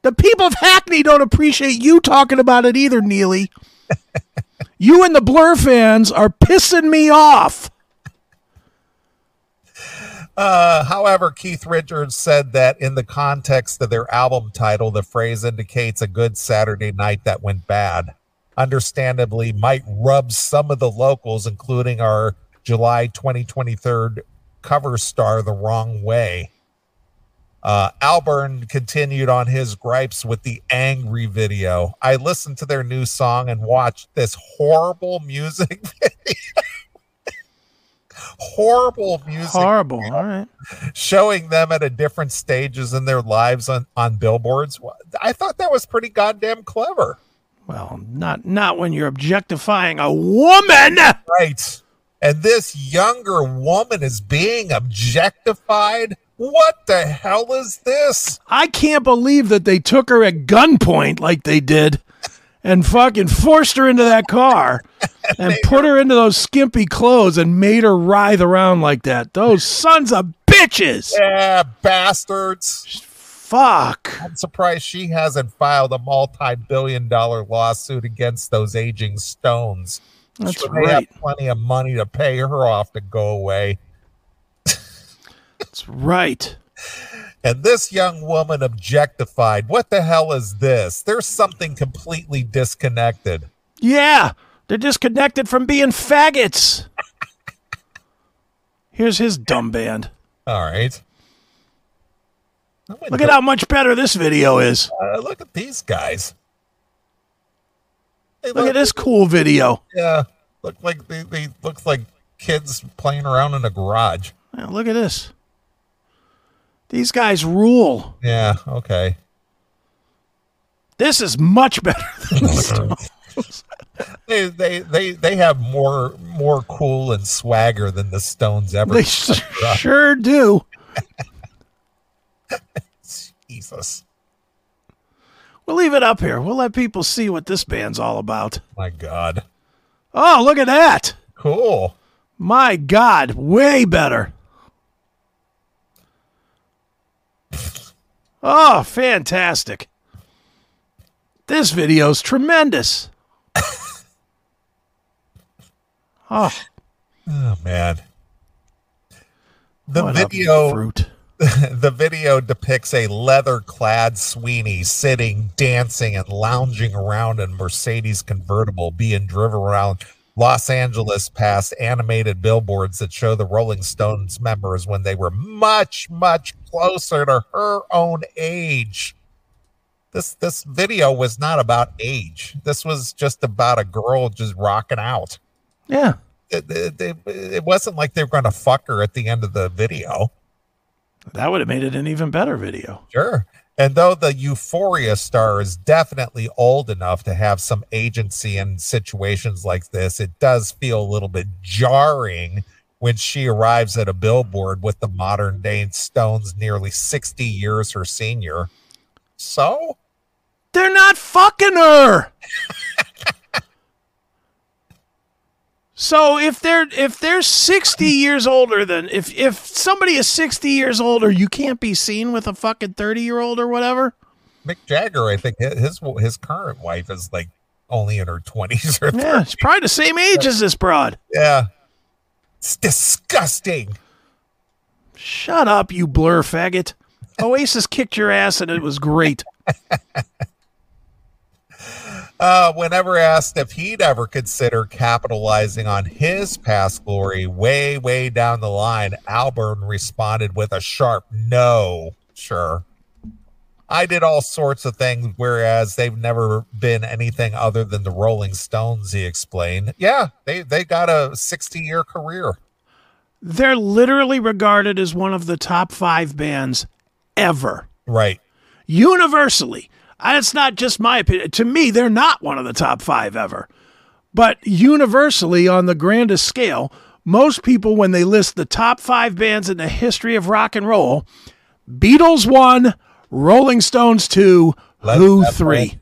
The people of Hackney don't appreciate you talking about it either, Neely. You and the Blur fans are pissing me off.
Uh, however, Keith Richards said that in the context of their album title, the phrase indicates a good Saturday night that went bad. Understandably, might rub some of the locals, including our July 2023 cover star, the wrong way. Uh, Alburn continued on his gripes with the angry video. I listened to their new song and watched this horrible music *laughs* video. horrible music
Horrible. All right.
showing them at a different stages in their lives on, on billboards. I thought that was pretty goddamn clever.
Well, not not when you're objectifying a woman.
Right. And this younger woman is being objectified. What the hell is this?
I can't believe that they took her at gunpoint like they did and fucking forced her into
*laughs*
that car and put her into those skimpy clothes and made her writhe around like that. Those sons of bitches.
Yeah, bastards.
Fuck.
I'm surprised she hasn't filed a multi billion dollar lawsuit against those aging stones.
That's
Sure, They have
right.
plenty of money to pay her off to go away.
That's right.
And this young woman objectified. What the hell is this? There's something completely disconnected.
Yeah, they're disconnected from being faggots. Here's his dumb band.
All right. I'm gonna
Look at
go-
how much better this video is.
uh, look at these guys. They
Look at this cool video.
Yeah, look like they, they look like kids playing around in a garage.
Yeah, look at this. These guys rule.
Yeah. Okay.
This is much better *laughs* than the Stones.
They they they they have more more cool and swagger than the Stones ever. *laughs*
They s- sure do.
Jesus,
We'll leave it up here. We'll let people see what this band's all about.
my God,
Oh, look at that.
cool.
My God, way better. Oh, fantastic. This video's tremendous. Oh,
Oh man. The
what a
video
fruit.
*laughs* the video depicts a leather-clad Sweeney sitting, dancing, and lounging around in Mercedes convertible being driven around Los Angeles past animated billboards that show the Rolling Stones members when they were much, much closer to her own age. This this video was not about age. This was just about a girl just rocking out
Yeah.
it, it, it- it wasn't like they were going to fuck her at the end of the video.
That would have made it an even better video.
Sure. And though the Euphoria star is definitely old enough to have some agency in situations like this, it does feel a little bit jarring when she arrives at a billboard with the modern day Stones nearly 60 years her senior. So,
They're not fucking her. *laughs* so if they're if they're 60 years older than if if somebody is 60 years older, you can't be seen with a fucking 30 year old or whatever.
Mick Jagger, I think hi- his his current wife is like only in her 20s or 30s.
Yeah, she's probably the same age as this broad.
yeah. It's disgusting.
Shut up, you blur faggot. Oasis kicked your ass and it was great.
Uh, whenever asked if he'd ever consider capitalizing on his past glory way, way down the line, Alburn responded with a sharp no. Sure. I did all sorts of things, whereas they've never been anything other than the Rolling Stones, he explained. Yeah, they, they got a 60 year career.
They're literally regarded as one of the top 5 bands ever.
Right.
universally, and it's not just my opinion. To me, they're not one of the top five ever. But universally, on the grandest scale, most people, when they list the top five bands in the history of rock and roll, Beatles one, Rolling Stones two,
Led
Who
Zeppelin.
three,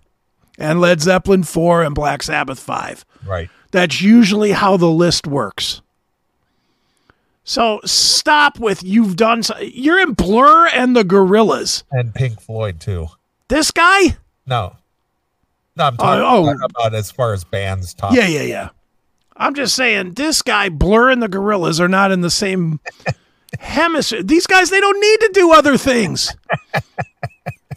and Led Zeppelin four, and Black Sabbath five.
Right.
That's usually how the list works. So stop with you've done. So- You're in Blur and the Gorillas.
And Pink Floyd, too.
This guy?
No. No, I'm talking
oh.
about- about as far as bands top.
Yeah, yeah, yeah. I'm just saying, this guy, Blur and the Gorillas, are not in the same hemisphere. These guys, they don't need to do other things.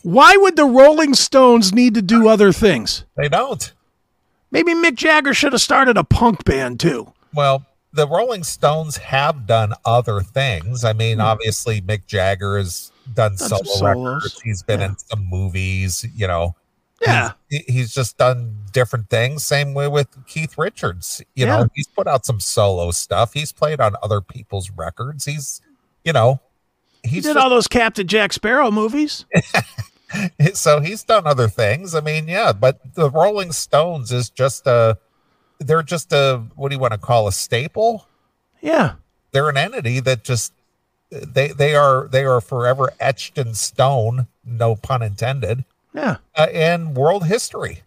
Why would the Rolling Stones need to do other things?
They don't.
Maybe Mick Jagger should have started a punk band too.
Well, the Rolling Stones have done other things. I mean, obviously, Mick Jagger has done
Done
solo
some Hmm. solos.
records. He's been in some movies. You know,
Yeah.
He- he's just done different things. Same way with Keith Richards. You
Yeah.
know, he's put out some solo stuff. He's played on other people's records. He's, you know,
He
he's
did
just-
all those Captain Jack Sparrow movies.
*laughs* so he's done other things. I mean, yeah, but the Rolling Stones is just a. They're just a what do you want to call a staple?
Yeah.
they're an entity that just they they are they are forever etched in stone no pun intended
Yeah.
uh, in world history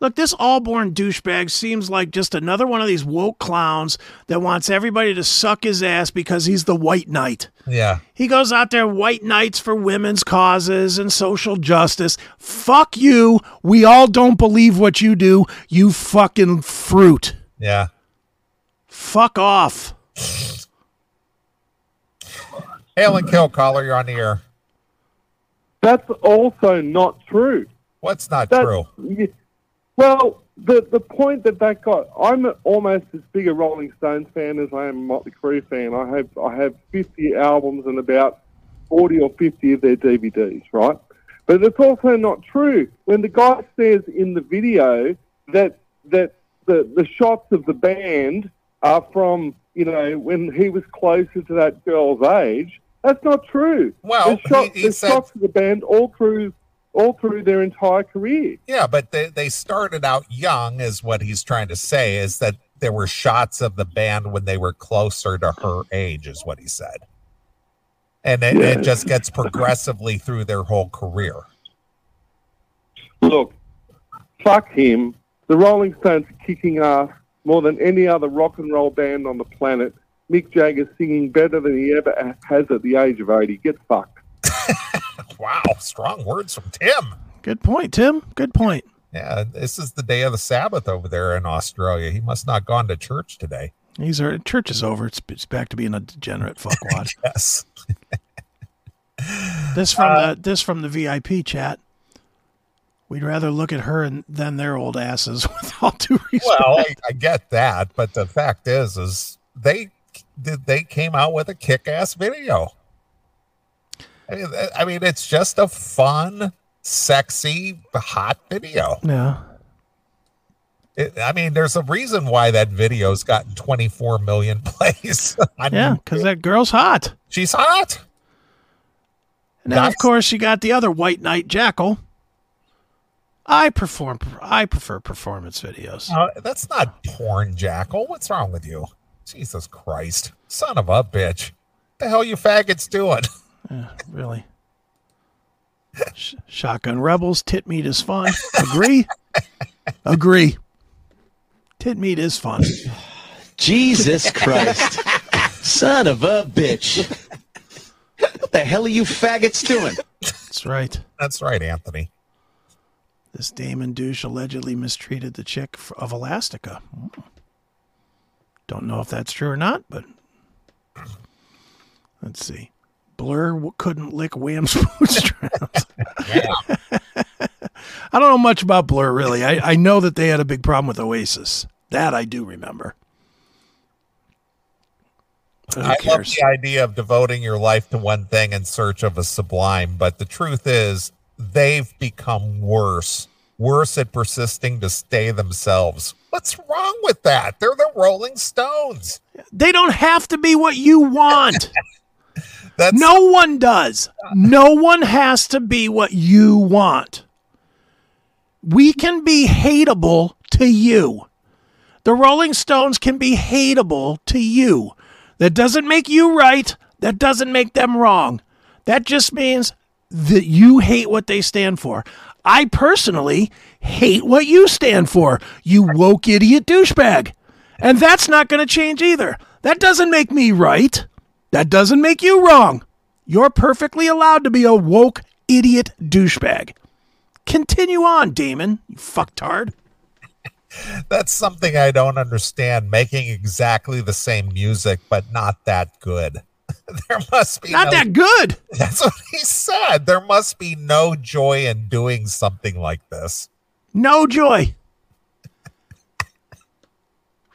Look, this Allborn douchebag seems like just another one of these woke clowns that wants everybody to suck his ass because he's the white knight.
Yeah.
He goes out there, white knights for women's causes and social justice. Fuck you. We all don't believe what you do, you fucking fruit.
Yeah.
Fuck off.
Hail and kill caller, you're on the air.
That's also not true.
What's not
That's,
true?
y- Well, the the point that that got, I'm almost as big a Rolling Stones fan as I am a Motley Crue fan. I have I have 50 albums and about 40 or 50 of their DVDs, right? But it's also not true. When the guy says in the video that that the, the shots of the band are from, you know, when he was closer to that girl's age, that's not true.
Well,
there's shots,
he, he
there's
said,
shots of the band all through all through their entire career.
yeah, but they, they started out young, is what he's trying to say, is that there were shots of the band when they were closer to her age, is what he said. And it, it
Yes.
just gets progressively through their whole career.
Look, fuck him. The Rolling Stones are kicking ass more than any other rock and roll band on the planet. Mick Jagger's singing better than he ever has at the age of 80. Get fucked.
Wow, strong words from Tim.
Good point, Tim. Good point.
Yeah, this is the day of the Sabbath over there in Australia. He must not gone to church today.
He's our church is over. It's, it's back to being a degenerate fuckwad.
Yes. *laughs*
This from the this from the VIP chat. We'd rather look at her and, than their old asses. *laughs* With all due respect,
Well, I, I get that, but the fact is, is they did they came out with a kick-ass video. I mean, th- I mean, it's just a fun, sexy, hot video.
yeah.
It, I mean, there's a reason why that video's gotten 24 million *laughs* plays. I mean,
Yeah, because that girl's hot.
she's hot.
And then, of
Nice.
course, you got the other White Knight Jackal. I perform. I prefer performance videos.
Uh, that's not porn, Jackal. What's wrong with you? Jesus Christ, son of a bitch! The hell you faggots doing? *laughs*
Yeah, really. Sh- Shotgun Rebels. Tit meat is fun. Agree. Agree. Tit meat is fun.
Jesus Christ. Son of a bitch. What the hell are you faggots doing?
That's right.
That's right, Anthony.
This Damon douche allegedly mistreated the chick f- of Elastica. Hmm. Don't know if that's true or not, but let's see. Blur w- couldn't lick Wham's *laughs* bootstraps. *laughs* I don't know much about Blur, really. I, I know that they had a big problem with Oasis. That I do remember. But Who
I love
cares?
the idea of devoting your life to one thing in search of a sublime, but the truth is they've become worse, worse at persisting to stay themselves. What's wrong with that? They're the Rolling Stones.
They don't have to be what you want.
That's
No one does. No one has to be what you want. We can be hateable to you. The Rolling Stones can be hateable to you. That doesn't make you right. That doesn't make them wrong. That just means that you hate what they stand for. I personally hate what you stand for, you woke idiot douchebag. And that's not going to change either. That doesn't make me right. That doesn't make you wrong. You're perfectly allowed to be a woke idiot douchebag. Continue on, Damon, you fucktard.
that's something I don't understand. Making exactly the same music, but not that good. *laughs* There must be
Not
no-
that good.
That's what he said. There must be no joy in doing something like this.
No joy.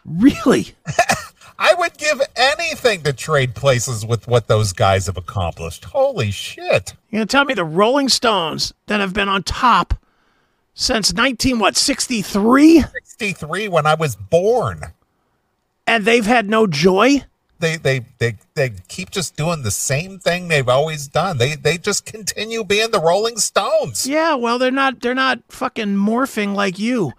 Really?
I would give anything to trade places with what those guys have accomplished. Holy shit.
You're gonna tell me the Rolling Stones that have been on top since nineteen what sixty three,
63 when I was born.
and they've had no joy?
They they they they keep just doing the same thing they've always done. They they just continue being the Rolling Stones.
Yeah, well, they're not they're not fucking morphing like you.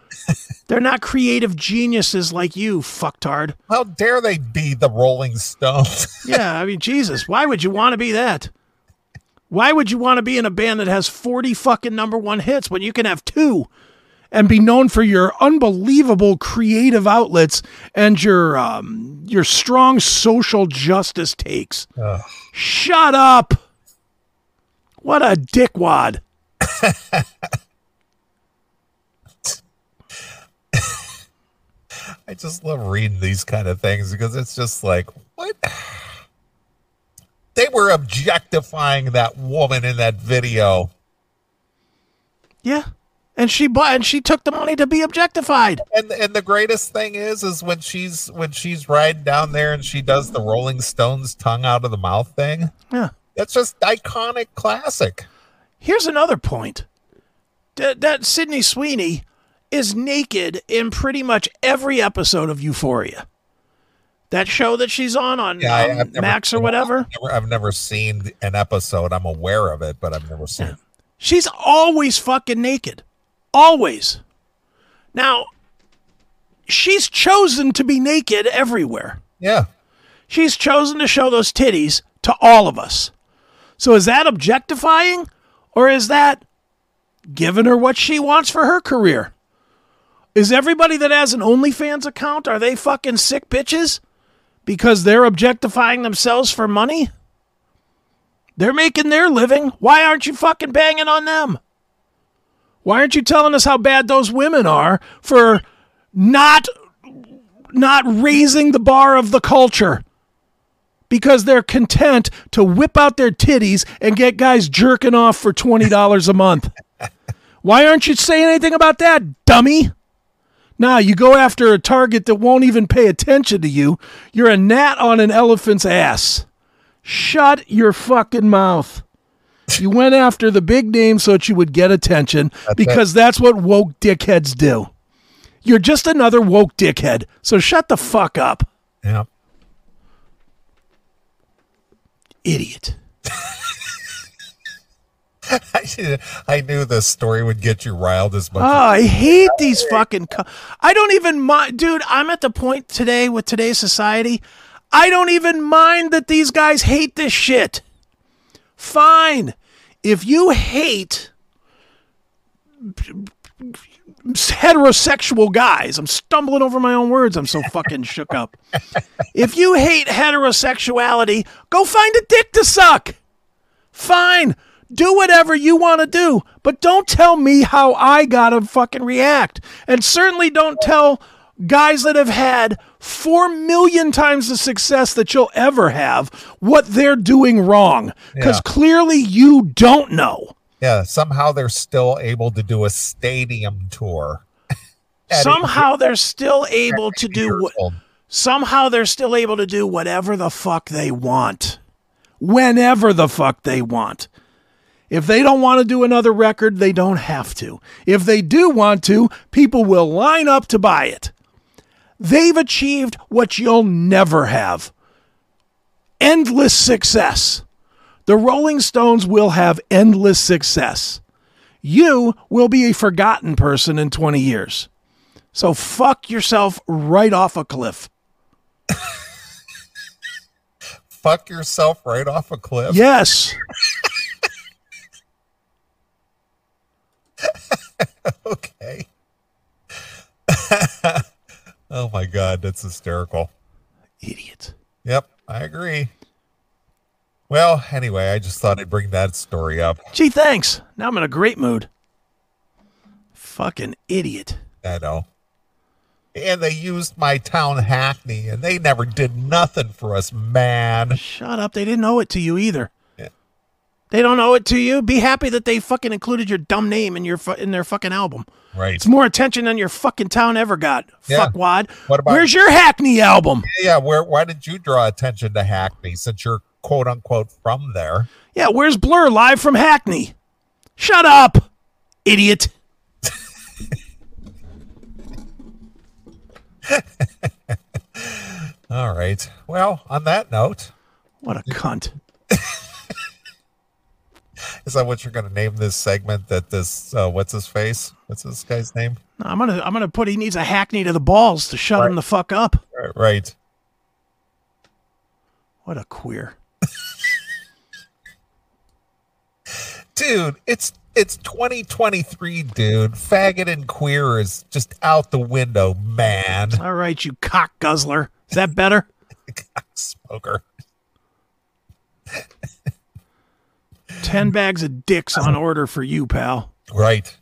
they're not creative geniuses like you, fucktard.
How dare they be the Rolling Stones? *laughs*
yeah, I mean, Jesus, why would you want to be that? Why would you want to be in a band that has 40 fucking number one hits when you can have two and be known for your unbelievable creative outlets and your um, your strong social justice takes.
Ugh.
Shut up! What a dickwad!
I just love reading these kind of things because it's just like, what? They were objectifying that woman in that video.
Yeah, and she bought and she took the money to be objectified.
And and the greatest thing is is when she's when she's riding down there and she does the Rolling Stones tongue out of the mouth thing.
Yeah.
That's just iconic classic.
Here's another point. That, that Sydney Sweeney is naked in pretty much every episode of Euphoria. That show that she's on on
Yeah, I-
um,
I've never
Max or
seen-
whatever.
I've never, I've never seen an episode. I'm aware of it, but I've never seen. it.
She's always fucking naked. Always. Now, she's chosen to be naked everywhere.
Yeah.
She's chosen to show those titties to all of us. So is that objectifying or is that giving her what she wants for her career? Is everybody that has an OnlyFans account are they fucking sick bitches because they're objectifying themselves for money? They're making their living. Why aren't you fucking banging on them? Why aren't you telling us how bad those women are for not not raising the bar of the culture? Because they're content to whip out their titties and get guys jerking off for $20 a month. Why aren't you saying anything about that, dummy? Nah, you go after a target that won't even pay attention to you. You're a gnat on an elephant's ass. Shut your fucking mouth. You went after the big name so that you would get attention because that's what woke dickheads do. You're just another woke dickhead. So shut the fuck up,
Yeah. *laughs*
idiot.
I knew this story would get you riled as much.
Oh, I hate these fucking. Co- I don't even mind, dude. I'm at the point today with today's society. I don't even mind that these guys hate this shit. Fine, if you hate heterosexual guys, I'm stumbling over my own words. I'm so fucking shook up. If you hate heterosexuality, go find a dick to suck fine. Do whatever you want to do, but don't tell me how I got to fucking react. And certainly don't tell guys that have had 4 million times the success that you'll ever have what they're doing wrong. Because
Yeah.
clearly you don't know.
Yeah, somehow they're still able to do a stadium tour. At
Somehow they're still able to
80 years
do what.
old.
somehow they're still able to do whatever the fuck they want whenever the fuck they want if they don't want to do another record they don't have to if they do want to people will line up to buy it they've achieved what you'll never have endless success the rolling stones will have endless success you will be a forgotten person in 20 years so fuck yourself right off a cliff
Fuck yourself right off a cliff.
Yes.
*laughs* Okay. *laughs* oh my god, that's hysterical.
Idiot.
Yep, I agree. Well, anyway, I just thought I'd bring that story up.
Gee, thanks. Now I'm in a great mood. Fucking idiot.
I know. And they used my town Hackney, and they never did nothing for us, man.
Shut up. They didn't owe it to you either.
Yeah.
They don't owe it to you. Be happy that they fucking included your dumb name in your fu- in their fucking album.
Right.
It's more attention than your fucking town ever got.
Yeah.
Fuckwad.
What about-
Where's your Hackney album?
Yeah, where why did you draw attention to Hackney since you're quote unquote from there?
Yeah, where's Blur live from Hackney? Shut up, idiot.
All right. Well, on that note,
What a cunt.
is that what you're going to name this segment? That this uh, what's his face? What's this guy's name?
No, I'm gonna I'm gonna put he needs a Hackney to the balls to shut him the fuck up.
Right. right.
What a queer.
Dude, it's it's 2023, dude. Faggot and queer is just out the window, man. *laughs*
All right, you cock guzzler. Is that better?
Smoker. Mm.
Ten bags of dicks on order for you, pal.
Right.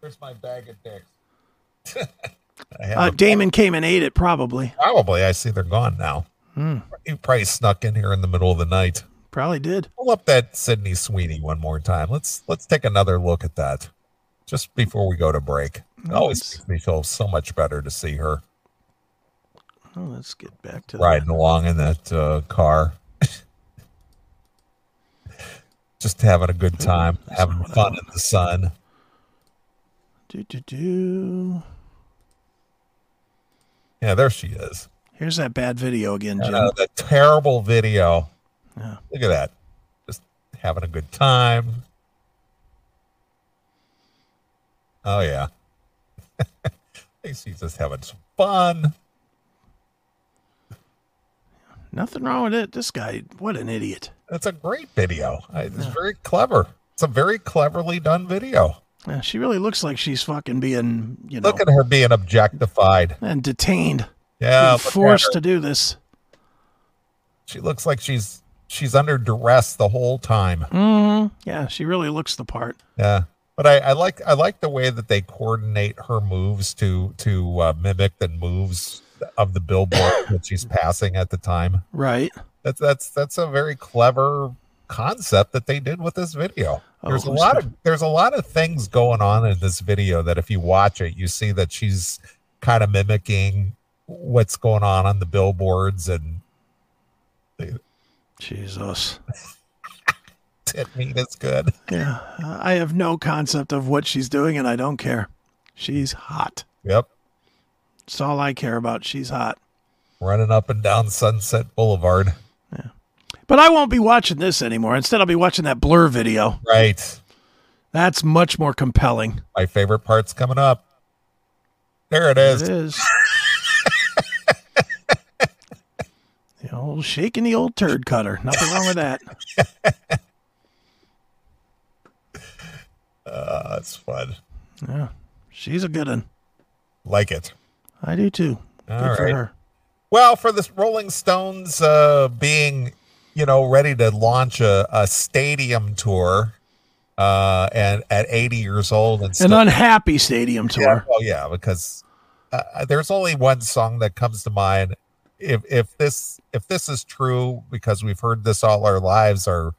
Where's my bag of dicks? *laughs* I have
Uh,
a-
Damon came and ate it, probably.
probably. I see they're gone now.
Hmm.
He probably snuck in here in the middle of the night.
Probably did.
pull up that Sydney Sweeney one more time. Let's let's take another look at that just before we go to break. It always
Nice.
makes me feel so much better to see her
Well, let's get back to
riding along in that uh, car, *laughs* just having a good time, having fun in the sun.
Do, do, do.
Yeah, there she is.
Here's that bad video again,
And,
Jim.
uh, that terrible video.
Yeah.
Look at that. Just having a good time. Oh yeah. *laughs* I think she's just having some fun.
Nothing wrong with it. This guy, what an idiot.
That's a great video. I- It's very clever. It's a very cleverly done video.
Yeah, Uh, she really looks like she's fucking being, you know,
Look at her being objectified.
and detained,
Yeah,
being
look at
forced
Oh, her.
to do this.
She looks like she's she's under duress the whole time.
hmm Yeah, she really looks the part.
Yeah, but I, I like I like the way that they coordinate her moves to to uh, mimic the moves of the billboard
*coughs*
that she's passing at the time.
Right.
That's that's that's a very clever concept that they did with this video.
Oh,
there's a
who's
lot
that?
of there's a lot of things going on in this video that if you watch it, you see that she's kind of mimicking what's going on on the billboards and *laughs*
Jesus.
tit meat is good.
Yeah. I have no concept of what she's doing and I don't care. She's hot.
Yep,
It's all I care about. She's hot.
running up and down Sunset Boulevard.
But I won't be watching this anymore. Instead, I'll be watching that blur video.
Right.
That's much more compelling.
My favorite part's coming up. There it is. *laughs*
It is. the old shaking the old turd cutter. Nothing wrong with that.
Uh, it's fun.
Yeah. She's a good one.
Like it.
I do too. Good
All
for
right.
her.
Well, for this Rolling Stones uh, being, you know, ready to launch a, a stadium tour, uh, and at 80 years old and
An
still,
unhappy stadium
yeah,
tour.
well, yeah, because uh, there's only one song that comes to mind. If if this if this is true, because we've heard this all our lives, our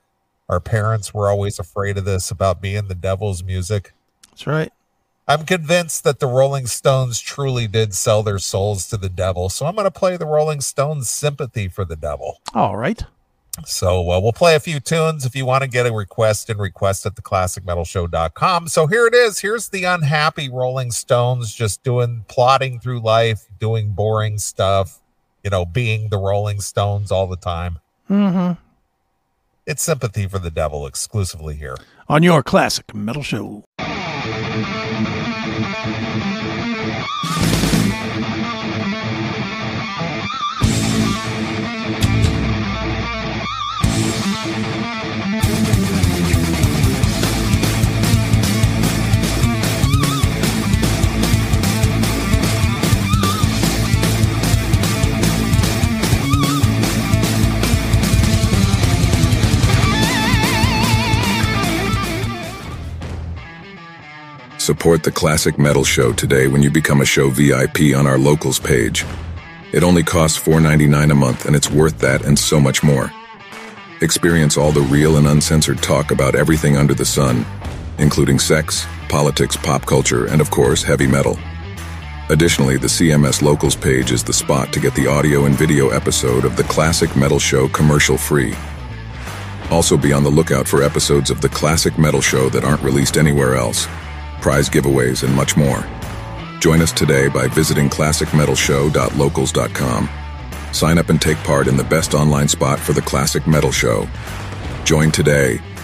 our parents were always afraid of this about being the devil's music.
That's right.
I'm convinced that the Rolling Stones truly did sell their souls to the devil. So I'm going to play the Rolling Stones' "Sympathy for the Devil."
All right.
So uh, we'll play a few tunes if you want to get a request and request at theclassicmetalshow.com. So here it is. Here's the unhappy Rolling Stones just doing plodding through life, doing boring stuff, you know, being the Rolling Stones all the time.
Mm-hmm.
It's sympathy for the devil exclusively here.
On your classic metal show.
Support the Classic Metal Show today when you become a show VIP on our locals page. It only costs $4.99 a month, and it's worth that and so much more. Experience all the real and uncensored talk about everything under the sun, including sex, politics, pop culture, and of course, heavy metal. Additionally, the CMS Locals page is the spot to get the audio and video episode of the Classic Metal Show commercial free. Also, be on the lookout for episodes of the Classic Metal Show that aren't released anywhere else prize giveaways, and much more. Join us today by visiting classicmetalshow.locals.com. Sign up and take part in the best online spot for the Classic Metal Show. Join today